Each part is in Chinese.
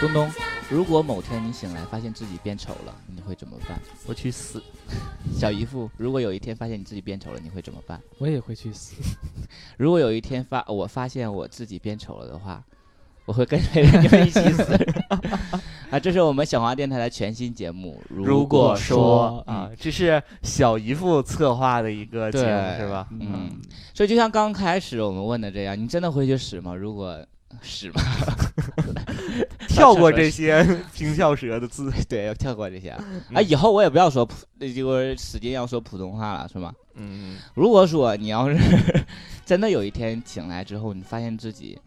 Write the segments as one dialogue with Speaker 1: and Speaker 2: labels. Speaker 1: 东东，如果某天你醒来发现自己变丑了，你会怎么办？
Speaker 2: 我去死！
Speaker 1: 小姨夫，如果有一天发现你自己变丑了，你会怎么办？
Speaker 2: 我也会 去死！
Speaker 1: 如果有一天发我发现我自己变丑了的话，我会跟着你 们一起死！啊，这是我们小黄电台的全新节目。
Speaker 2: 如果说
Speaker 1: 嗯
Speaker 2: 啊，这是小姨夫策划的一个节目
Speaker 1: 对
Speaker 2: 是吧？
Speaker 1: 嗯，所以就像刚开始我们问的这样，你真的会去死吗？如果死 吗？
Speaker 2: 跳过这些 平翘舌的字，
Speaker 1: 对，要跳过这些啊！啊，
Speaker 2: 嗯
Speaker 1: 以后我也不要说普，这个使劲要说普通话了，是吗？
Speaker 2: 嗯，
Speaker 1: 如果说你要是 真的有一天醒来之后，你发现自己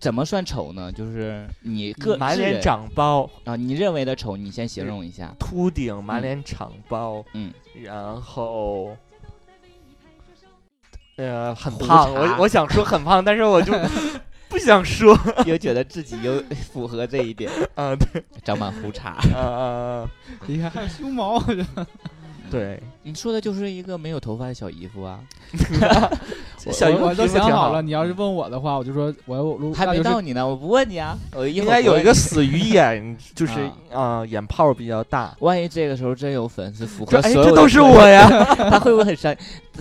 Speaker 1: 怎么算丑呢？就是你个
Speaker 2: 满
Speaker 1: 自
Speaker 2: 脸
Speaker 1: 认
Speaker 2: 长包，
Speaker 1: 啊，你认为的丑，你先形容一下。
Speaker 2: 秃顶，满脸长包，
Speaker 1: 嗯，
Speaker 2: 然后。呃，很
Speaker 1: 胡
Speaker 2: 胖，
Speaker 1: 茬
Speaker 2: 我我想说很胖，但是 我就不想说。
Speaker 1: 又觉得自己又符合这一点，
Speaker 2: 啊， 对，
Speaker 1: 长满胡茬。
Speaker 2: 啊啊啊，
Speaker 3: 你看还有胸毛，我觉得
Speaker 2: 对，
Speaker 1: 你说的就是一个没有头发的小姨夫啊，
Speaker 2: 这小姨
Speaker 3: 我
Speaker 2: 夫
Speaker 3: 我都
Speaker 2: 皮肤
Speaker 3: 想
Speaker 2: 挺
Speaker 3: 好了，你要是问我的话，我就说我要录，
Speaker 1: 还
Speaker 3: 那
Speaker 1: 没
Speaker 3: 就是
Speaker 1: 到你呢，我不问你啊，我一
Speaker 2: 应
Speaker 1: 会儿
Speaker 2: 该
Speaker 1: 不
Speaker 2: 有一
Speaker 1: 问
Speaker 2: 个
Speaker 1: 你。
Speaker 2: 死鱼眼，就是
Speaker 1: 啊
Speaker 2: 啊、眼泡比较大。
Speaker 1: 万一这个时候真有粉丝符
Speaker 2: 说
Speaker 1: 合
Speaker 2: 哎，
Speaker 1: 所有的
Speaker 2: 这都是
Speaker 1: 审美
Speaker 2: 我，呀！
Speaker 1: 他会不会很伤？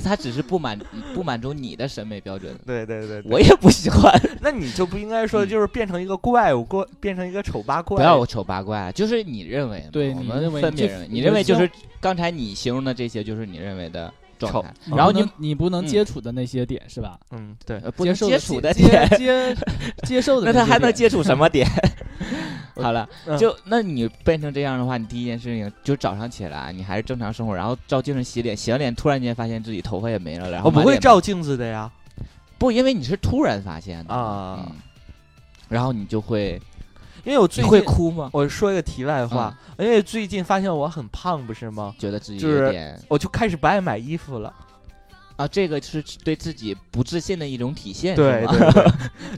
Speaker 1: 他只是不满不满足你的审美标准，
Speaker 2: 对对对，对
Speaker 1: 我也不喜欢。
Speaker 2: 那你就不应该说
Speaker 1: 嗯
Speaker 2: 就是变成一个怪物，怪变成一个丑八怪。
Speaker 1: 不要丑八怪，啊就是你认为嘛，
Speaker 3: 对
Speaker 1: 我
Speaker 3: 你
Speaker 1: 们
Speaker 3: 认为
Speaker 1: 分别
Speaker 3: 这
Speaker 1: 认为，
Speaker 3: 你
Speaker 1: 你
Speaker 3: 觉
Speaker 1: 认为
Speaker 3: 得
Speaker 1: 就是
Speaker 3: 像
Speaker 1: 刚才你形容的这些，就是你认为的状
Speaker 2: 丑
Speaker 1: 态，
Speaker 3: 你
Speaker 1: 然后
Speaker 3: 不
Speaker 1: 你
Speaker 3: 能你不能接触的那些点是吧？
Speaker 2: 嗯，对，
Speaker 1: 呃不
Speaker 3: 接
Speaker 1: 能
Speaker 3: 受
Speaker 1: 接触的
Speaker 3: 接
Speaker 1: 点，
Speaker 3: 接接受的
Speaker 1: 那他
Speaker 3: 些
Speaker 1: 还能
Speaker 3: 点
Speaker 1: 接触什么点？好了，
Speaker 2: 嗯
Speaker 1: 就那你变成这样的话，你第一件事情就早上起来，你还是正常生活，然后照镜子洗脸，洗完脸突然间发现自己头发也没了，然后
Speaker 2: 我不
Speaker 1: 满
Speaker 2: 会
Speaker 1: 脸
Speaker 2: 照镜子的呀。
Speaker 1: 不，因为你是突然发现的
Speaker 2: 啊
Speaker 1: 嗯然后你就会
Speaker 2: 因为我
Speaker 1: 你
Speaker 2: 最
Speaker 1: 会
Speaker 2: 近，
Speaker 1: 哭嗯吗？
Speaker 2: 我说一个题外话，因为最近发现我很胖，不是吗？
Speaker 1: 觉得自己
Speaker 2: 就
Speaker 1: 有
Speaker 2: 是
Speaker 1: 点
Speaker 2: 我就开始不爱买衣服了。
Speaker 1: 啊，这个是对自己不自信的一种体现，哎
Speaker 2: 对
Speaker 1: 是吗？
Speaker 2: 对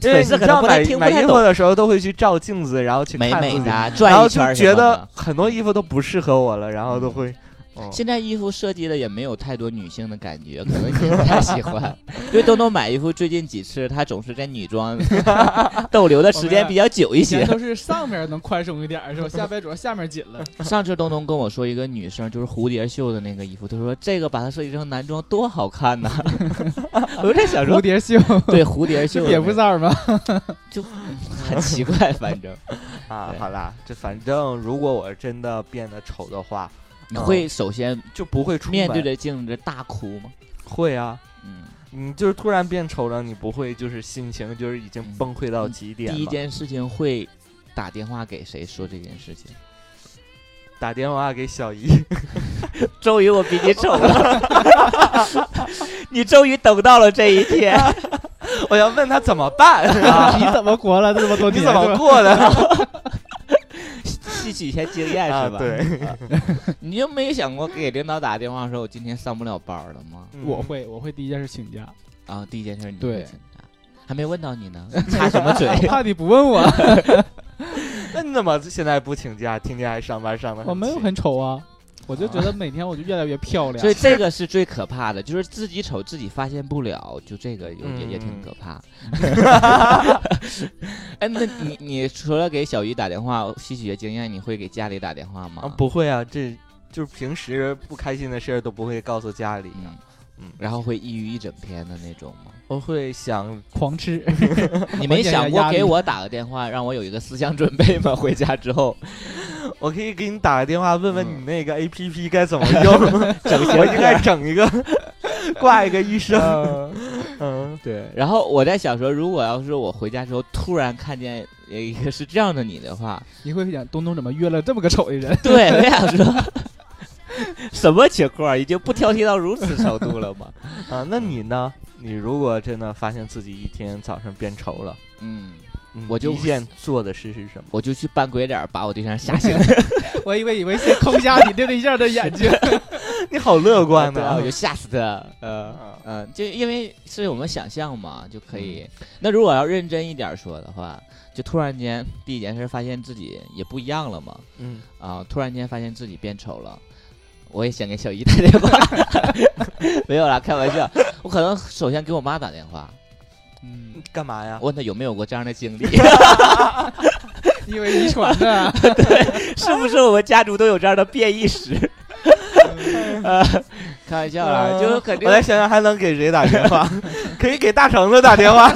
Speaker 2: 对，因
Speaker 1: 粉
Speaker 2: 为你
Speaker 1: 丝可能
Speaker 2: 知道
Speaker 1: 不太
Speaker 2: 买
Speaker 1: 听不
Speaker 2: 买
Speaker 1: 太
Speaker 2: 衣服
Speaker 1: 懂
Speaker 2: 的时候都会去照镜子，然后去
Speaker 1: 美
Speaker 2: 看
Speaker 1: 美
Speaker 2: 自己
Speaker 1: 的啊
Speaker 2: 然
Speaker 1: 转
Speaker 2: 后
Speaker 1: 一圈
Speaker 2: 就
Speaker 1: 儿什
Speaker 2: 觉
Speaker 1: 么
Speaker 2: 得
Speaker 1: 的。
Speaker 2: 很多衣服都不适合我了，然后都
Speaker 1: 嗯
Speaker 2: 会。哦
Speaker 1: 现在衣服设计的也没有太多女性的感觉，可能你不太喜欢。因为东东买衣服最近几次，他总是在女 装逗留的时间比较久一
Speaker 3: 以前
Speaker 1: 些。
Speaker 3: 都是上面能宽松一点儿，是吧？下边主要下面紧 了。
Speaker 1: 上次东东跟我说，一个女生就是蝴蝶袖的那个衣服，他说这个把它设计成男装多好看 呐、我 就在想
Speaker 3: 蝴
Speaker 1: 说，
Speaker 3: 蝶袖
Speaker 1: 对蝴蝶袖
Speaker 3: 是
Speaker 1: 的那
Speaker 3: 蝙蝠
Speaker 1: 个
Speaker 3: 衫儿吗？
Speaker 1: 很奇怪，反 正
Speaker 2: 啊
Speaker 1: 对，
Speaker 2: 好啦，这反正如果我真的变得丑的话，
Speaker 1: 你会首先
Speaker 2: 就不会出门。
Speaker 1: 面对着镜子大哭吗？
Speaker 2: 会啊，
Speaker 1: 嗯，
Speaker 2: 你就是突然变丑了，你不会就是心情就是已经
Speaker 1: 嗯
Speaker 2: 崩溃到极点
Speaker 1: 第
Speaker 2: 吗？
Speaker 1: 一件事情会打电话给谁说这件事情？
Speaker 2: 打电话给小姨，
Speaker 1: 终于我比你丑了， 你终于等到了这一天。
Speaker 2: 我要问她怎么 办啊？
Speaker 3: 你怎么活了这么多
Speaker 2: 你
Speaker 3: 年？
Speaker 2: 怎么
Speaker 3: 是吧
Speaker 2: 过的
Speaker 1: 吸取一下经验
Speaker 2: 啊？
Speaker 1: 是吧？，
Speaker 2: 对，
Speaker 1: 你就没想过给领导打电话说我今天上不了班了吗？
Speaker 3: 我会，我会第一件事请假，
Speaker 1: 啊，第一件事你
Speaker 3: 对
Speaker 1: 会请假，还没问到你呢，插什么嘴？
Speaker 3: 怕你不问我，
Speaker 2: 那你怎么现在不请假，天天还上班上的？
Speaker 3: 我没有很丑啊，我就觉得每天我就越来越漂 亮
Speaker 1: 所。以这个是最可怕的，就是自己丑自己发现不了，就这个有也也挺
Speaker 2: 嗯
Speaker 1: 可怕。 哎，那你你除了给小姨打电话吸取一些经验，你会给家里打电话吗？
Speaker 2: 啊，不会啊，这就是平时不开心的事儿都不会告诉家里的
Speaker 1: 嗯，
Speaker 2: 嗯
Speaker 1: 然后会抑郁一整天的那种吗？
Speaker 2: 我会想
Speaker 3: 狂吃，
Speaker 1: 你没想过
Speaker 3: 压力
Speaker 1: 给我打个电话，让我有一个思想准备吗？ 回家之后
Speaker 2: 我可以给你打个电话，问问
Speaker 1: 嗯
Speaker 2: 你那个 A P P 该怎么 用，
Speaker 1: 整
Speaker 2: 我应该整一个 挂一个医生。 嗯，
Speaker 1: 对。然后我在想说，如果要是我回家之后突然看见一个是这样的你的 话，
Speaker 3: 你会想东东怎么约了这么个丑的人？
Speaker 1: 对，我想说什么情况？啊已经不挑剔到如此程度了吗？
Speaker 2: 啊，那你呢？你如果真的发现自己一天早上变丑了，
Speaker 1: 嗯，
Speaker 2: 嗯
Speaker 1: 我就
Speaker 2: 第一件做的事是什 么？
Speaker 1: 我就去扮鬼脸儿把我对象吓 醒，
Speaker 3: 我以为以为先抠瞎你那对象的 眼睛，
Speaker 2: 你好乐 观
Speaker 1: 对
Speaker 2: 呐、
Speaker 1: 啊我就吓死 他。呃
Speaker 2: 啊
Speaker 1: 嗯，就因为是我们想象嘛，就可以。那如果要认真一点儿说的话，就突然间第一件事发现自己也不一样了嘛，
Speaker 2: 嗯，
Speaker 1: 啊，突然间发现自己变丑了，我也想给小姨打 电话，没有啦，开玩笑。我可能首先给我妈打电话，
Speaker 3: 嗯，
Speaker 2: 干嘛呀？
Speaker 1: 问他有没有过这样的 经历，
Speaker 3: 因为遗传的，
Speaker 1: 是不是我们家族都有这样的变异 史？呃，开玩笑啦，
Speaker 2: 嗯
Speaker 1: 啊就是肯定
Speaker 2: 我来想想还能给谁打电话？ 可以给大橙子打电话。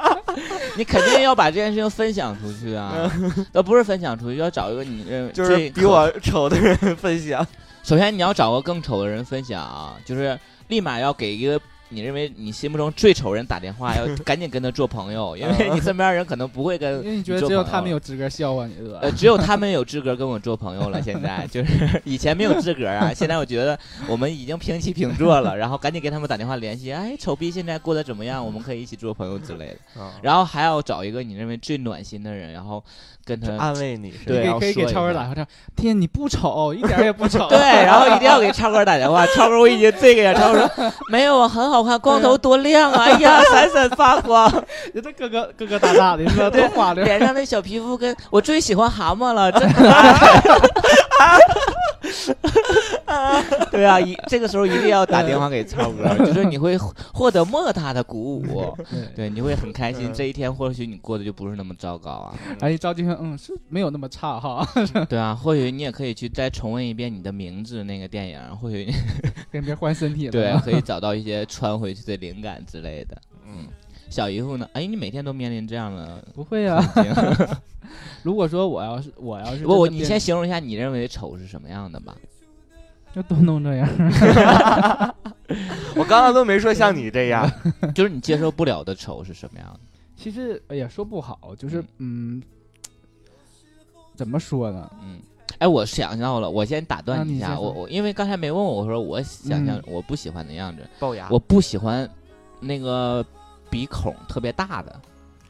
Speaker 1: 你肯定要把这件事情分享出去啊，
Speaker 3: 嗯
Speaker 1: 呃，不是分享出去，要找一个你认
Speaker 2: 就是
Speaker 1: 这
Speaker 2: 比我丑的人分享。
Speaker 1: 首先你要找个更丑的人分享啊，就是立马要给一个你认为你心目中最丑人打电话，要赶紧跟他做朋友，因为你身边人可能不会
Speaker 3: 因
Speaker 1: 跟。
Speaker 3: 为你觉得只有他们有资格笑话你，对吧
Speaker 1: 呃，？只有他们有资格跟我做朋友了。现在就是以前没有资格啊，现在我觉得我们已经平起平坐了。然后赶紧给他们打电话联系，哎，丑逼现在过得怎么样？我们可以一起做朋友之类的。然后还要找一个你认为最暖心的人，然后跟他
Speaker 2: 安慰你是吧？
Speaker 1: 嗯对
Speaker 3: 你
Speaker 1: 要
Speaker 3: 可以给
Speaker 1: 说一
Speaker 3: 超哥
Speaker 1: 下
Speaker 3: 打电话这样，天，你不丑，一点儿也不丑。
Speaker 1: 对，然后一定要给超哥打电话。超哥，我已经这个呀。超哥说没有啊，很好看，光头多亮啊！哎呀，闪闪发光，
Speaker 3: 人家哥哥哥哥大大的，你 说多滑溜。
Speaker 1: 脸上那小皮肤跟我最喜欢蛤蟆 了，真可爱。对啊，一这个时候一定要打电话 给超哥，就是你会获得莫大的鼓 舞，对，你会很开心。这一天或许你过得就不是那么糟糕啊，
Speaker 3: 哎，赵金芬，嗯，是没有那么差哈，
Speaker 1: 对啊，或许你也可以去再重温一遍你的名字那个电影，或许你
Speaker 3: 跟别人换身体了。
Speaker 1: 对，啊可以找到一些穿回去的灵感之类的。
Speaker 2: 嗯，
Speaker 1: 小姨夫呢？哎，你每天都面临这样 的
Speaker 3: 不会啊。
Speaker 1: 情景，
Speaker 3: 如果说我要是我要是
Speaker 1: 不，我
Speaker 3: 真的
Speaker 1: 你
Speaker 3: 变
Speaker 1: 先形容一下你认为丑是什么样的吧？
Speaker 3: 就都弄这样，
Speaker 2: 我刚刚都没说像你这样。
Speaker 1: 就是你接受不了的丑是什么样的？
Speaker 3: 其实也说不好，就是嗯，怎么说呢？
Speaker 1: 嗯，哎，我想到了，我先打断
Speaker 3: 那
Speaker 1: 一
Speaker 3: 啊你
Speaker 1: 下，
Speaker 3: 先
Speaker 1: 我
Speaker 3: 说
Speaker 1: 我因为刚才没问我，我说我想象
Speaker 3: 嗯啊
Speaker 1: 我不喜欢的样子，
Speaker 2: 龅牙
Speaker 1: 我不喜欢那个鼻孔特别大的，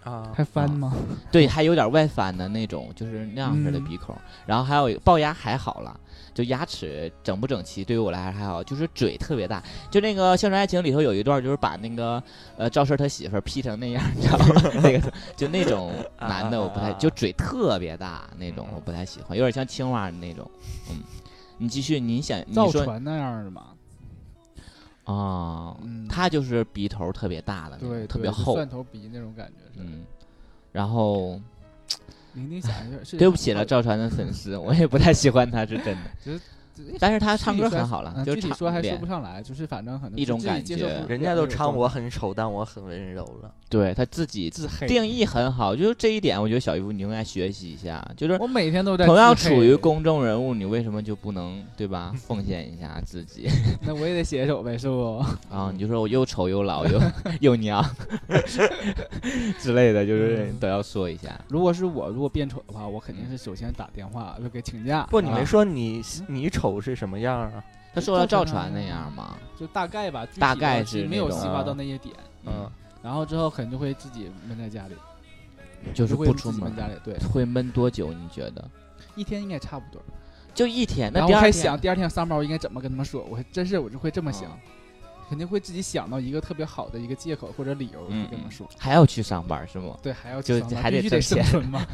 Speaker 2: 啊
Speaker 3: 还翻吗？
Speaker 1: 对，还有点外翻的那种，就是那样式的
Speaker 3: 嗯
Speaker 1: 鼻孔。然后还有一个龅牙还好了，就牙齿整不整齐，对于我来说还好。就是嘴特别大，就那个《乡村爱情》里头有一段，就是把那个呃赵四儿他媳妇儿 P 成那样，你知道吗？ 那个就那种男的我不太，就嘴特别大那种我不太喜欢，有点像青蛙那种。嗯，你继续，你想你
Speaker 3: 造
Speaker 1: 说
Speaker 3: 船那样的嘛？
Speaker 1: 啊、
Speaker 3: 嗯，
Speaker 1: 他就是鼻头特别大的那
Speaker 3: 对
Speaker 1: 种，特
Speaker 3: 对
Speaker 1: 别
Speaker 3: 就
Speaker 1: 厚，
Speaker 3: 蒜头鼻那种感觉是。
Speaker 1: 嗯，然后。
Speaker 3: 你你想 一下，是
Speaker 1: 对不起了，赵传的粉丝， 我也不太喜欢他，是真
Speaker 3: 只
Speaker 1: 的
Speaker 3: 是。
Speaker 1: 但是他唱歌很好
Speaker 3: 嗯
Speaker 1: 了，就
Speaker 3: 具
Speaker 1: 是
Speaker 3: 体说还说不
Speaker 1: 脸，
Speaker 3: 上来，就是反正可能
Speaker 1: 一种
Speaker 3: 自己
Speaker 1: 感
Speaker 3: 接受
Speaker 1: 觉
Speaker 3: 不了
Speaker 2: 人家都唱我
Speaker 3: 那种
Speaker 2: 很丑，但我很温柔了。
Speaker 1: 对他自己
Speaker 3: 自黑
Speaker 1: 定义很好，就是这一点，我觉得小姨夫你应该学习一下，就是
Speaker 3: 我每天都在
Speaker 1: 同样
Speaker 3: 自
Speaker 1: 处
Speaker 3: 黑
Speaker 1: 于，公众人物，你为什么就不能对吧？奉献一下自己，
Speaker 3: 那我也得写一首呗，是不？
Speaker 1: 然后你就说我又丑又老又 又娘之类的，就是
Speaker 3: 嗯
Speaker 1: 都要说一下。
Speaker 3: 如果是我，如果变丑的话，我肯定是首先打电话就给请假。
Speaker 2: 不，你
Speaker 3: 啊
Speaker 2: 没说你你丑是什么样啊？
Speaker 1: 他说了赵传那样嘛，
Speaker 3: 就大概吧，具体
Speaker 1: 大概
Speaker 3: 的
Speaker 1: 是
Speaker 3: 没有
Speaker 1: 那种
Speaker 3: 细化到那啊些点。
Speaker 1: 嗯
Speaker 2: 嗯，
Speaker 3: 然后之后可能就会自己闷在家里，
Speaker 1: 嗯就是
Speaker 3: 会
Speaker 1: 不出
Speaker 3: 自己
Speaker 1: 门
Speaker 3: 闷家里， 对，
Speaker 1: 会闷多久？你觉得？
Speaker 3: 一天应该差不多。
Speaker 1: 就一天，
Speaker 3: 然
Speaker 1: 那
Speaker 3: 后
Speaker 1: 第
Speaker 3: 我
Speaker 1: 二
Speaker 3: 还
Speaker 1: 天
Speaker 3: 想第二天哦上班我应该怎么跟他们说，我还真是我就会这么想，肯定会自己想到一个特别好的一个借口或者理由
Speaker 1: 嗯
Speaker 3: 去跟他们说。
Speaker 1: 还要去上班是吗？
Speaker 3: 对，还要
Speaker 1: 就
Speaker 3: 去上班
Speaker 1: 还得
Speaker 3: 必须
Speaker 1: 挣
Speaker 3: 得生
Speaker 1: 钱
Speaker 3: 存嘛。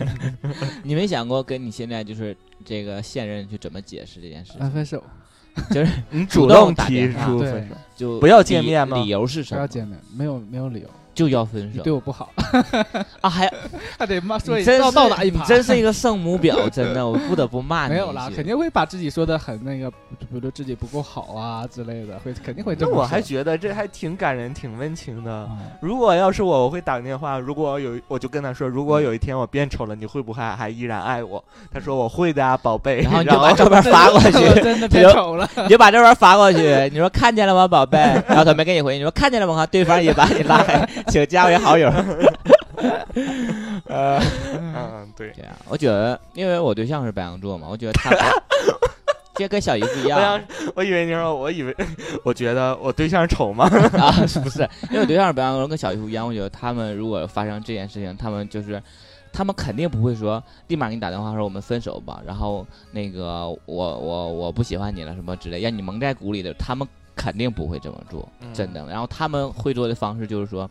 Speaker 1: 你没想过跟你现在就是这个现任去怎么解释这件事情？
Speaker 3: 啊，分手
Speaker 2: 你
Speaker 1: 主
Speaker 2: 主
Speaker 1: 动
Speaker 2: 动
Speaker 1: 打
Speaker 2: 提
Speaker 1: 电话
Speaker 2: 出
Speaker 3: 对
Speaker 2: 分手，
Speaker 1: 就
Speaker 2: 不要见
Speaker 1: 理
Speaker 2: 面吗
Speaker 1: 理由是
Speaker 3: 不
Speaker 1: 什
Speaker 3: 要
Speaker 1: 么？
Speaker 3: 见面，没有没有理由，
Speaker 1: 就要分
Speaker 3: 你
Speaker 1: 手
Speaker 3: 对我不好，
Speaker 1: 啊！还
Speaker 3: 还得骂说
Speaker 1: 你
Speaker 3: 一
Speaker 1: 真
Speaker 3: 倒
Speaker 1: 是
Speaker 3: 倒打一耙
Speaker 1: 你。真是一个圣母婊，真 的，我不得不骂你一
Speaker 3: 没
Speaker 1: 句。
Speaker 3: 有啦，肯定会把自己说的很那个，比如说自己不够好啊之类的，会肯定会这
Speaker 2: 那
Speaker 3: 么
Speaker 2: 我还
Speaker 3: 说
Speaker 2: 觉得这还挺感人，挺温情的。
Speaker 3: 嗯
Speaker 2: 如果要是我，我会打个电话。如果有，我就跟他说，如果有一天我变丑了，你会不会还依然爱我？他说我会的啊，宝贝。
Speaker 1: 然后你就
Speaker 2: 然
Speaker 1: 把
Speaker 2: 后
Speaker 1: 照片发过
Speaker 3: 我
Speaker 1: 去，
Speaker 3: 真的变
Speaker 1: 比如
Speaker 3: 丑 了。
Speaker 1: 你就把照片发过去。你说看见了吗，宝贝？然后他没给你回应，你说看见了吗？对方也把你拉黑，请加为 好友。
Speaker 2: 呃，嗯，对，
Speaker 1: 这样，我觉得，因为我对象是白羊座嘛，我觉得他 这跟小姨子一
Speaker 2: 我
Speaker 1: 样
Speaker 2: 想，我以为你说，我以为，我觉得我对象丑吗？
Speaker 1: 啊，不是，因为我对象是白羊座跟小姨夫一样，我觉得他们如果发生这件事情，他们就是，他们肯定不会说立马给你打电话说我们分手吧，然后那个我我我不喜欢你了什么之类，让你蒙在鼓里的，他
Speaker 2: 嗯
Speaker 1: 们肯定不会这么做，真的。然后他们会做的方式就是说。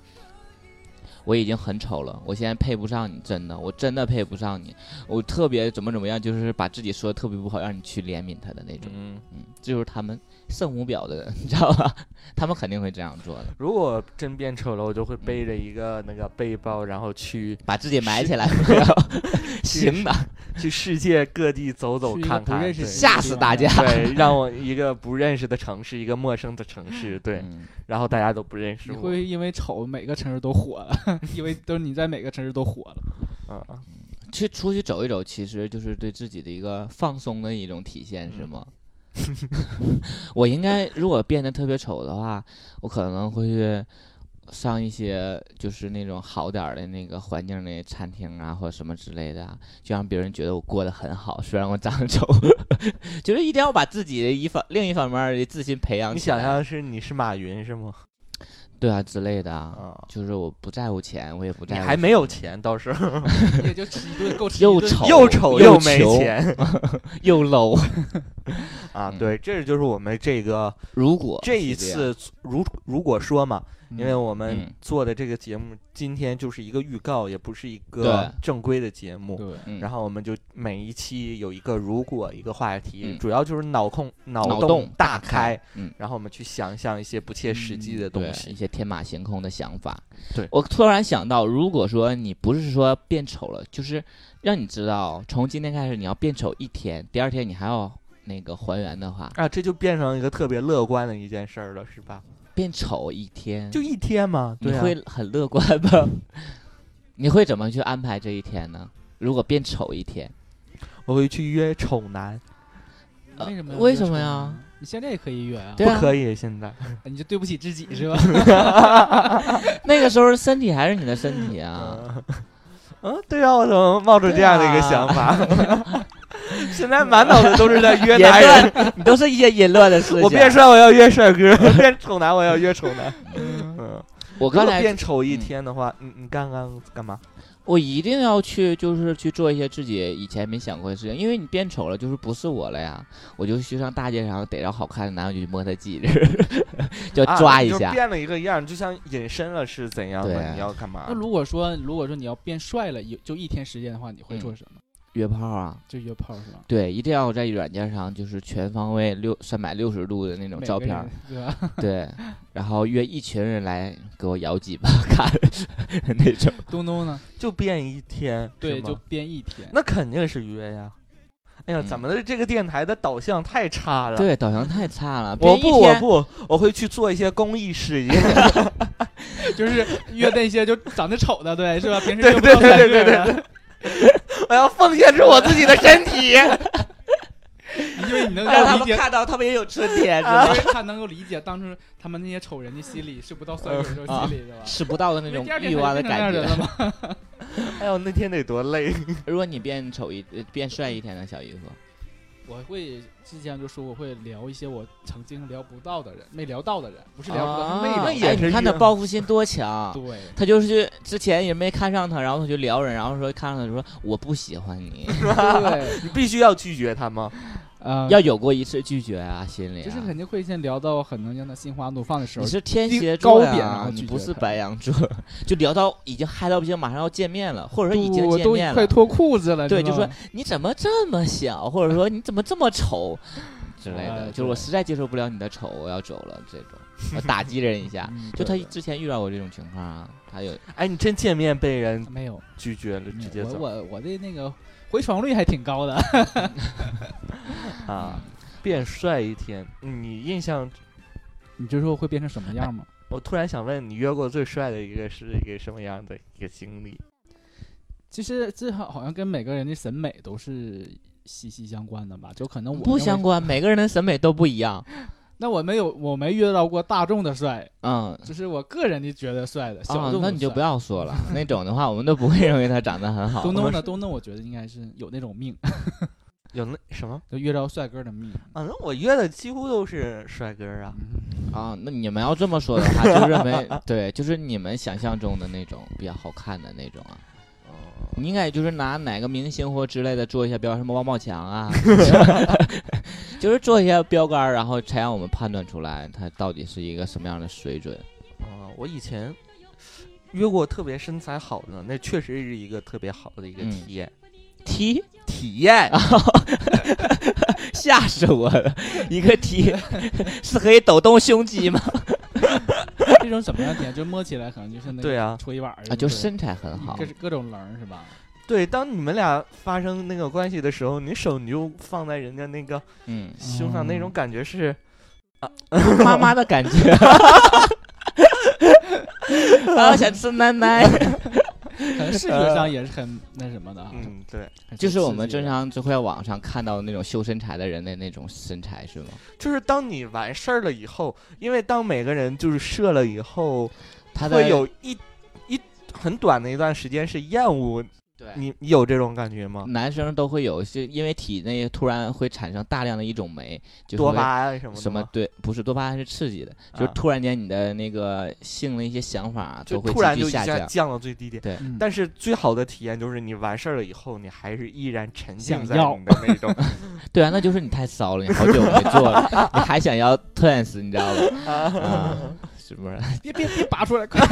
Speaker 1: 我已经很丑了，我现在配不上你，真的，我真的配不上你，我特别怎么怎么样，就是把自己说的特别不好，让你去怜悯他的那种，
Speaker 2: 嗯，
Speaker 1: 嗯，这就是他们圣母婊的人，你知道吧？ 他们肯定会这样做的，
Speaker 2: 如果真变丑了，我就会背着一个那个背包，然后去
Speaker 1: 把自己埋起来，不要 行的，
Speaker 2: 去世界各地走走
Speaker 3: 去一个
Speaker 2: 看
Speaker 3: 不
Speaker 2: 看，
Speaker 3: 认识
Speaker 2: 对
Speaker 3: 的
Speaker 1: 吓死大 家。
Speaker 2: 对，让我一个不认识的城市，一个陌生的 城市，对，
Speaker 1: 嗯
Speaker 2: 然后大家都不认识
Speaker 3: 你
Speaker 2: 我，
Speaker 3: 会因为丑每个城市都火了， 因为都你在每个城市都火了。
Speaker 2: 嗯，
Speaker 1: 去出去走一走，其实就是对自己的一个放松的一种体现，是吗？ 我应该如果变得特别丑的话，我可能会去上一些就是那种好点儿的那个环境的餐厅啊，或者什么之类的啊，就让别人觉得我过得很好，虽然我长得丑， 就是一定要把自己的一方另一方面的自信培养
Speaker 2: 你
Speaker 1: 起来。
Speaker 2: 想象是你是马云是吗？
Speaker 1: 对啊之类的啊，
Speaker 2: 啊，
Speaker 1: 就是我不在乎钱，哎我也不
Speaker 2: 你
Speaker 1: 在乎
Speaker 2: 还没有钱，倒是
Speaker 3: 也就吃一顿够吃一
Speaker 1: 又
Speaker 3: 顿
Speaker 1: 丑
Speaker 2: 又丑
Speaker 1: 又
Speaker 2: 没
Speaker 1: 穷
Speaker 2: 钱
Speaker 1: 又 low。
Speaker 2: 啊，
Speaker 1: 嗯
Speaker 2: 对，这就是我们这个
Speaker 1: 如果
Speaker 2: 这一
Speaker 1: 是样
Speaker 2: 次如如果说嘛，因为我们
Speaker 1: 嗯
Speaker 2: 做的这个节目今天就是一个预告，也不是一
Speaker 1: 对
Speaker 2: 个正规的节目。
Speaker 3: 对，
Speaker 1: 嗯
Speaker 2: 然后我们就每一期有一个如果一个话题，
Speaker 1: 嗯
Speaker 2: 主要就是脑控脑
Speaker 1: 脑
Speaker 2: 洞
Speaker 1: 洞
Speaker 2: 大
Speaker 1: 开，嗯。
Speaker 2: 然后我们去想象一些不切实际的
Speaker 1: 对
Speaker 2: 东西。
Speaker 1: 一些天马行空的想法。
Speaker 2: 对
Speaker 1: 我突然想到，如果说你不是说变丑了，就是让你知道，从今天开始你要变丑一天，第二天你还要那个还原的话，
Speaker 2: 啊，这就变成一个特别乐观的一件事儿了，是吧？
Speaker 1: 变丑一天，
Speaker 2: 就一天嘛，
Speaker 1: 嗯你
Speaker 2: 对啊，
Speaker 1: 会很乐观吗？ 你会怎么去安排这一天呢？如果变丑一天，
Speaker 2: 我会去约丑男，
Speaker 1: 呃
Speaker 3: 为什么要
Speaker 1: 为
Speaker 3: 约
Speaker 1: 什
Speaker 3: 丑
Speaker 1: 么
Speaker 3: 呢
Speaker 1: 呀？
Speaker 3: 你现在也可以约啊，
Speaker 1: 对啊
Speaker 2: 不可以现在。
Speaker 3: 你就对不起自己是吧？
Speaker 1: 那个时候身体还是你的身体啊。
Speaker 2: 嗯， 嗯，对啊，我怎么冒出这样的一个想法？ 现在满脑子都是在约
Speaker 1: 淫
Speaker 2: 男人，
Speaker 1: 乱， 你都是一些淫乱的事情。
Speaker 2: 我变帅我要约帅哥，变丑男我要约丑男。嗯，
Speaker 1: 我
Speaker 2: 我如
Speaker 1: 刚
Speaker 2: 果
Speaker 1: 才嗯
Speaker 2: 变丑一天的话，你你刚刚干嘛？
Speaker 1: 我一定要去，就是去做一些自己以前没想过的事情，因为你变丑了，就是不是我了呀。我就去上大街上逮着好看的男，我就去摸他几 日，就
Speaker 2: 啊
Speaker 1: 抓一
Speaker 2: 你就
Speaker 1: 下。
Speaker 2: 变了一个样儿，就像隐身了是怎样
Speaker 1: 对啊
Speaker 2: 的？你要干嘛
Speaker 3: 那？如果说如果说你要变帅了，有就一天时间的话，你会
Speaker 2: 嗯
Speaker 3: 做什么？
Speaker 1: 约炮啊，
Speaker 3: 就约炮是吧？
Speaker 1: 对，一定要在软件上就是全方位六三百六十度的那种
Speaker 3: 每
Speaker 1: 照
Speaker 3: 个
Speaker 1: 片
Speaker 3: 人
Speaker 1: 儿，
Speaker 3: 对吧？
Speaker 1: 对，然后约一群人来给我摇几巴看 那种。
Speaker 3: 东东 呢？
Speaker 2: 就变一天，
Speaker 3: 对，
Speaker 2: 是吗
Speaker 3: 就编一天。
Speaker 2: 那肯定是约呀。哎呀，
Speaker 1: 嗯
Speaker 2: 咱们的这个电台的导向太差了。
Speaker 1: 对，导向太差了。
Speaker 2: 我
Speaker 1: 别一
Speaker 2: 不我
Speaker 1: 天
Speaker 2: 不，我会去做一些公益事业。
Speaker 3: 就是约那些就长得丑的，对，是吧？平时
Speaker 2: 对
Speaker 3: 约不
Speaker 2: 对
Speaker 3: 到
Speaker 2: 对
Speaker 3: 三
Speaker 2: 对
Speaker 3: 个
Speaker 2: 对
Speaker 3: 人
Speaker 2: 我要奉献出我自己的身体。
Speaker 3: 因为你能
Speaker 1: 让他
Speaker 3: 够理
Speaker 1: 们
Speaker 3: 解，
Speaker 1: 看到他们也有春天，是
Speaker 3: 因
Speaker 1: 吧？
Speaker 3: 为他能够理解当初他们那些丑人的心理，是不到三个人的时候心理，
Speaker 2: 啊
Speaker 3: 是吧？
Speaker 1: 吃不到的那
Speaker 3: 因为
Speaker 1: 种
Speaker 3: 第二天
Speaker 1: 欲
Speaker 3: 他就
Speaker 1: 望的
Speaker 3: 变成那
Speaker 1: 感
Speaker 3: 样
Speaker 1: 觉
Speaker 3: 人。了 嘛。
Speaker 2: 哎呦，那天得多累！
Speaker 1: 如果你变丑一呃变帅一天呢，小姨夫，
Speaker 3: 我会之前就说我会聊一些我曾经聊不到的人，没聊到的人，不是聊不到，是
Speaker 1: 啊
Speaker 3: 没聊
Speaker 2: 那
Speaker 3: 到
Speaker 2: 也
Speaker 1: 哎
Speaker 2: 是
Speaker 1: 你看他
Speaker 2: 一样
Speaker 1: 报复心多强。
Speaker 3: 对。
Speaker 1: 他就是之前也没看上他，然后他就撩人，然后说看上他说我不喜欢 你，
Speaker 2: 啊
Speaker 3: 对，
Speaker 2: 你必须要拒绝他吗？
Speaker 3: 呃，
Speaker 1: 要有过一次拒绝啊，心里、啊。
Speaker 3: 就是肯定会先聊到很能让他心花怒放的时候
Speaker 1: 你，是天蝎座
Speaker 3: 高
Speaker 1: 呀、
Speaker 3: 点然后
Speaker 1: 你
Speaker 3: 拒绝
Speaker 1: 不是
Speaker 3: 他
Speaker 1: 白羊座， 就聊到已经嗨到不行，马上要见面了，或者说已经
Speaker 3: 我
Speaker 1: 见
Speaker 3: 都
Speaker 1: 面
Speaker 3: 快
Speaker 1: 了，
Speaker 3: 脱裤子了。
Speaker 1: 对，
Speaker 3: 是
Speaker 1: 就
Speaker 3: 吧
Speaker 1: 说哎你怎么这么小，或者说你怎么这么丑之类的，
Speaker 3: 哎。
Speaker 1: 就是我实在接受不了你的丑，我要走了这种，我打击人一下
Speaker 3: 嗯
Speaker 1: 就他之前遇到过这种情况啊，他有
Speaker 2: 哎，你真见面被人
Speaker 3: 没有，
Speaker 2: 拒绝了，
Speaker 1: 嗯
Speaker 3: 没
Speaker 2: 直
Speaker 3: 有
Speaker 2: 接
Speaker 3: 我
Speaker 2: 走
Speaker 3: 我我的那个回床率还挺 高的。
Speaker 2: 啊！变帅一天，你印象？
Speaker 3: 你就说会变成什么样吗？
Speaker 2: 我突然想问，你约过最帅的一个是一个什么样的一个经历？
Speaker 3: 其实这好好像跟每个人的审美都是息息相关的吧，就可能我
Speaker 1: 不
Speaker 3: 认为
Speaker 1: 相。关，每个人的审美都不一样。
Speaker 3: 那我没有，我没遇到过大众的帅，
Speaker 1: 嗯，
Speaker 3: 只是我个人的觉得帅的。小
Speaker 1: 啊
Speaker 3: 众、，
Speaker 1: 那你就不。要说 了，那种的话，我们都不会认为他长得很好
Speaker 3: 东。
Speaker 2: 我
Speaker 3: 东
Speaker 2: 们
Speaker 3: 呢？
Speaker 2: 是
Speaker 3: 东东，我觉得应该是有那种命，
Speaker 2: 有那什么？
Speaker 3: 就遇到帅哥的 命。
Speaker 2: 啊，那我约的几乎都是帅哥啊。
Speaker 3: 嗯
Speaker 1: 啊，那你们要这么说的话，就认 为对，就是你们想象中的那种比较好看的那种啊。你应该就是拿哪个明星或之类的做一下标，什么王宝强 啊，就是做一下标杆儿，然后才让我们判断出来他到底是一个什么样的水准。
Speaker 2: 呃啊，我以前约过特别身材好的，那确实是一个特别好的一个
Speaker 1: 嗯
Speaker 2: 体验。
Speaker 1: 踢，
Speaker 2: 体验
Speaker 1: 啊 吓死我了！一个踢 是可以抖动胸肌吗？
Speaker 3: 这种怎么样体验？就摸起来可能就是那
Speaker 2: 对啊，
Speaker 3: 戳一碗儿
Speaker 1: 啊，就
Speaker 3: 对
Speaker 1: 身材很好
Speaker 3: 各，各种棱儿是吧？
Speaker 2: 对，当你们俩发生那个关系的时候，你手你就放在人家那个
Speaker 1: 嗯，
Speaker 2: 胸上，那种感觉是，
Speaker 1: 妈妈的感觉。 啊，想吃奶奶。
Speaker 3: 可能视
Speaker 1: 呃
Speaker 3: 觉上也是很那什么的啊，
Speaker 2: 嗯，对，
Speaker 3: 很
Speaker 1: 就是我们
Speaker 3: 刺激的
Speaker 1: 经常就会在网上看到那种秀身材的人的那种身材是吗？
Speaker 2: 就是当你完事儿了以后，因为当每个人就是射了以后，
Speaker 1: 他的
Speaker 2: 会有一一很短的一段时间是厌恶，
Speaker 1: 对嗯
Speaker 2: 你你有这种感觉吗？
Speaker 1: 男生都会有，是因为体内突然会产生大量的一种酶，就是
Speaker 2: 多
Speaker 1: 会
Speaker 2: 巴胺什么的
Speaker 1: 什么
Speaker 2: 吗
Speaker 1: 对，不是多巴胺是刺激的，
Speaker 2: 啊
Speaker 1: 就是突然间你的那个性的一些想法啊
Speaker 2: 就
Speaker 1: 都会
Speaker 2: 突然
Speaker 1: 急
Speaker 2: 就
Speaker 1: 剧
Speaker 2: 一
Speaker 1: 下
Speaker 2: 下
Speaker 1: 降。
Speaker 2: 降到最低点。
Speaker 3: 嗯
Speaker 2: 但是最好的体验就是你完事儿了以后，你还是依然沉浸
Speaker 3: 想
Speaker 2: 在
Speaker 3: 要
Speaker 2: 你的那 种
Speaker 1: 对啊，那就是你太骚了，你好久没做 了，你还想要 twins，你知道吧？啊，是不是？
Speaker 3: 别别别拔出来，快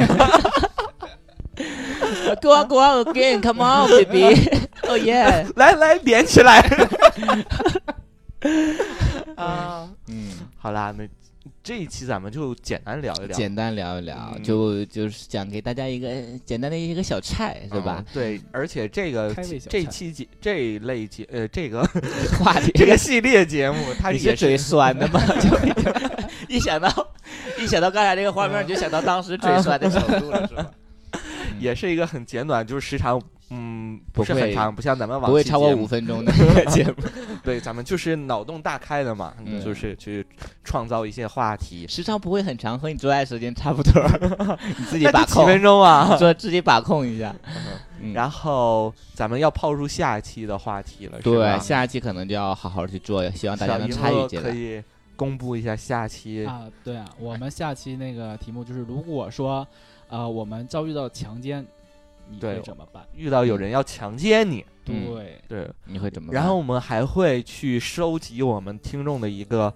Speaker 1: Go on, go on again, come on, baby, oh yeah。
Speaker 2: 来来连起来 啊！
Speaker 1: 嗯，
Speaker 2: 好啦，那这一期咱们就简单聊一聊，
Speaker 1: 简单聊一聊，
Speaker 2: 嗯
Speaker 1: 就就是想给大家一个简单的一个小菜，是吧
Speaker 2: 嗯？？对，而且这个
Speaker 3: 开胃小
Speaker 2: 这
Speaker 3: 菜
Speaker 2: 期节这一类节呃这 个
Speaker 1: 话题
Speaker 2: 这个系列节目， 它
Speaker 1: 你是
Speaker 2: 也
Speaker 1: 嘴
Speaker 2: 是
Speaker 1: 酸的吗？ 就已经一想到一想到刚才这个画
Speaker 2: 嗯
Speaker 1: 面，你就想到当时嘴 酸的程度了，是吧？
Speaker 2: 也是一个很简短，就是时长嗯
Speaker 1: 不
Speaker 2: 是很
Speaker 1: 会
Speaker 2: 长，不像咱们往
Speaker 1: 不会超过五分钟的一 个节目，
Speaker 2: 对，咱们就是脑洞大开的嘛，
Speaker 1: 嗯
Speaker 2: 就是去创造一些话题。
Speaker 1: 时长不会很长，和你做爱时间差不多， 你自己
Speaker 2: 那就
Speaker 1: 把
Speaker 2: 几分
Speaker 1: 控，
Speaker 2: 钟 啊，
Speaker 1: 做自己把控一下。嗯
Speaker 2: 然后咱们要抛出下一期的话题了，是吧
Speaker 1: 对，下一期可能就要好好去做，希望大家
Speaker 2: 小
Speaker 1: 能
Speaker 2: 银
Speaker 1: 参与
Speaker 2: 鳄
Speaker 1: 进
Speaker 2: 可
Speaker 1: 来。
Speaker 2: 以公布一下下期
Speaker 3: 啊！对啊，我们下期那个题目就是，如果说呃我们遭遇到强奸，你
Speaker 2: 对
Speaker 3: 会怎么办？
Speaker 2: 遇到有人要强奸你，
Speaker 1: 嗯
Speaker 3: 对，
Speaker 2: 对，
Speaker 1: 你会怎么办？
Speaker 2: 然后我们还会去收集我们听众的一个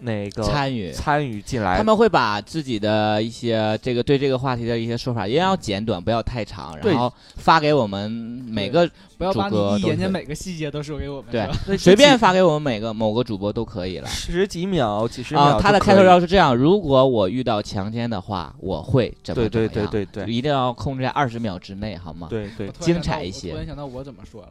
Speaker 2: 那个
Speaker 1: 参与，
Speaker 2: 参与进来
Speaker 1: 他，们会把自己的一些这个对这个话题的一些说法，也要简短，不要太长，
Speaker 2: 对
Speaker 1: 然后发给我们每个
Speaker 3: 不要把
Speaker 1: 主播
Speaker 3: 你一眼
Speaker 1: 都
Speaker 3: 睛
Speaker 1: 是
Speaker 3: 每个细节都说给我们。
Speaker 1: 对
Speaker 3: 是吧
Speaker 1: 随便发给我们每个某个主播都可以了。
Speaker 2: 十几秒、几十
Speaker 1: 啊
Speaker 2: 秒，就可以，
Speaker 1: 他的开头要是这样：如果我遇到强奸的话，我会怎么
Speaker 2: 对
Speaker 1: 怎么
Speaker 2: 对
Speaker 1: 样？
Speaker 2: 对对
Speaker 1: 就
Speaker 2: 对
Speaker 1: 一定要控制在二十秒之内，好吗？，
Speaker 2: 对对
Speaker 3: 我，突然
Speaker 1: 精
Speaker 3: 想到
Speaker 1: 彩一
Speaker 3: 我
Speaker 1: 些
Speaker 3: 突然想到我怎么说了，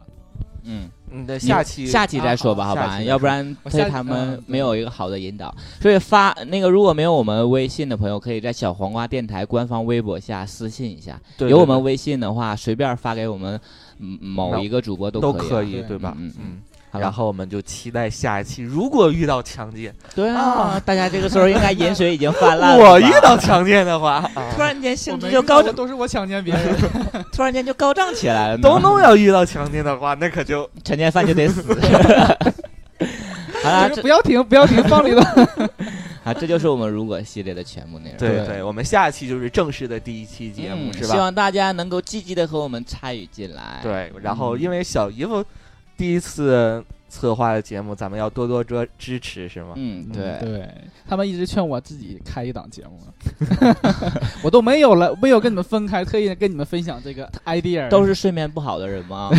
Speaker 1: 嗯，
Speaker 2: 你的
Speaker 1: 你
Speaker 2: 下期
Speaker 1: 下期再说吧，
Speaker 2: 啊
Speaker 1: 好
Speaker 2: 下期
Speaker 1: 吧？
Speaker 2: 再说
Speaker 1: 要不然
Speaker 3: 我
Speaker 1: 对
Speaker 3: 下
Speaker 1: 他
Speaker 3: 嗯
Speaker 1: 们
Speaker 3: 对
Speaker 1: 没有一个好的引导。所以发那个如果没有我们微信的朋友，可以在小黄瓜电台官方微博下私信一下。
Speaker 2: 对
Speaker 1: 有
Speaker 2: 对
Speaker 1: 我们
Speaker 2: 对
Speaker 1: 微信的话，随便发给我们嗯某
Speaker 2: 某
Speaker 1: 一个主播都
Speaker 2: 都
Speaker 1: 可
Speaker 2: 可
Speaker 1: 以
Speaker 2: 以，
Speaker 3: 对
Speaker 2: 对吧？
Speaker 1: 嗯嗯嗯
Speaker 2: 嗯。
Speaker 1: 啊。
Speaker 2: 然
Speaker 1: 后
Speaker 2: 后我们就期待下一期，如果遇到强奸，
Speaker 1: 对啊
Speaker 2: 啊，
Speaker 1: 大家这个时候应该饮水已经泛 滥了吧。
Speaker 2: 我遇到强奸 的话，
Speaker 1: 突然间哎兴
Speaker 3: 我
Speaker 1: 致
Speaker 3: 没
Speaker 1: 就
Speaker 3: 遇
Speaker 1: 高
Speaker 3: 到
Speaker 1: 涨
Speaker 3: 过，都是我强奸别 人。
Speaker 1: 突然间就高涨起 来了呢。
Speaker 2: 东东要遇到强奸的话，那可就
Speaker 1: 陈建范就得死。 好了，
Speaker 3: 就是
Speaker 1: 啊这
Speaker 3: 不要停，不要停，放里头。
Speaker 1: 啊，这就是我们如果系列的全部内容。
Speaker 2: 对
Speaker 3: 对
Speaker 2: 对，我们下期就是正式的第一期节目，
Speaker 1: 嗯
Speaker 2: 是
Speaker 1: 希
Speaker 2: 吧？
Speaker 1: 望大家能够积极的和我们参与进来。，
Speaker 2: 对，然后因为小姨夫第一次策划的节目，咱们要多多支支持，是吗？
Speaker 1: 嗯，对，
Speaker 3: 对他们一直劝我自己开一档节目， 我都没有了，没有跟你们分开，特意跟你们分享这个 idea，
Speaker 1: 都
Speaker 3: 是
Speaker 1: 是睡眠不好的人吗？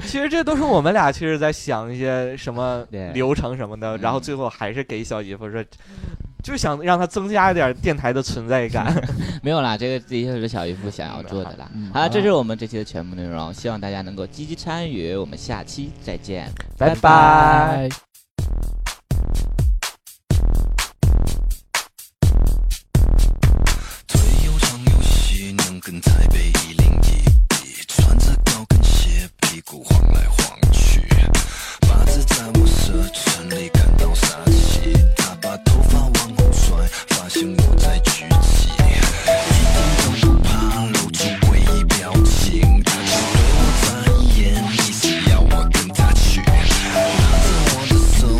Speaker 2: 其实这都是我们俩其实在想一些什么
Speaker 1: 对
Speaker 2: 流程什么的，
Speaker 1: 嗯
Speaker 2: 然后最后还是给小姨夫说，就想让他增加一点电台的存在感。
Speaker 1: 嗯没有啦，这个的确是小姨夫想要做的啦
Speaker 3: 嗯。
Speaker 1: 好了，这是我们这期的全部内容，希望大家能够积极参与。我们下期再见。
Speaker 2: 拜拜
Speaker 3: 拜。
Speaker 4: 最悠长游戏能跟台北一零一比，穿着高跟鞋屁股晃来晃去，八字在我射程里感到傻气，他把头发往后甩，发现我在举起，一点都不怕露出诡异表情，他瞅了我眨一眼，意思要我跟他去，拿着我的手。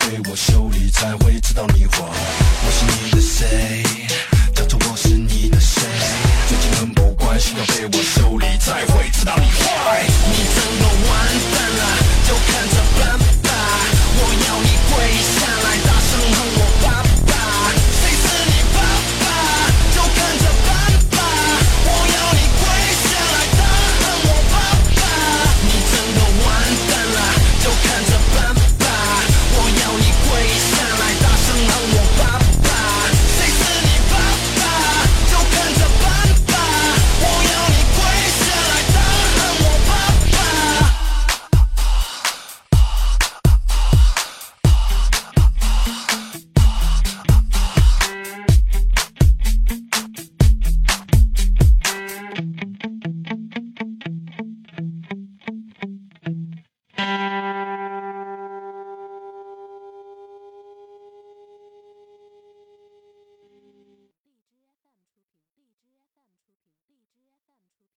Speaker 4: 被我修理才会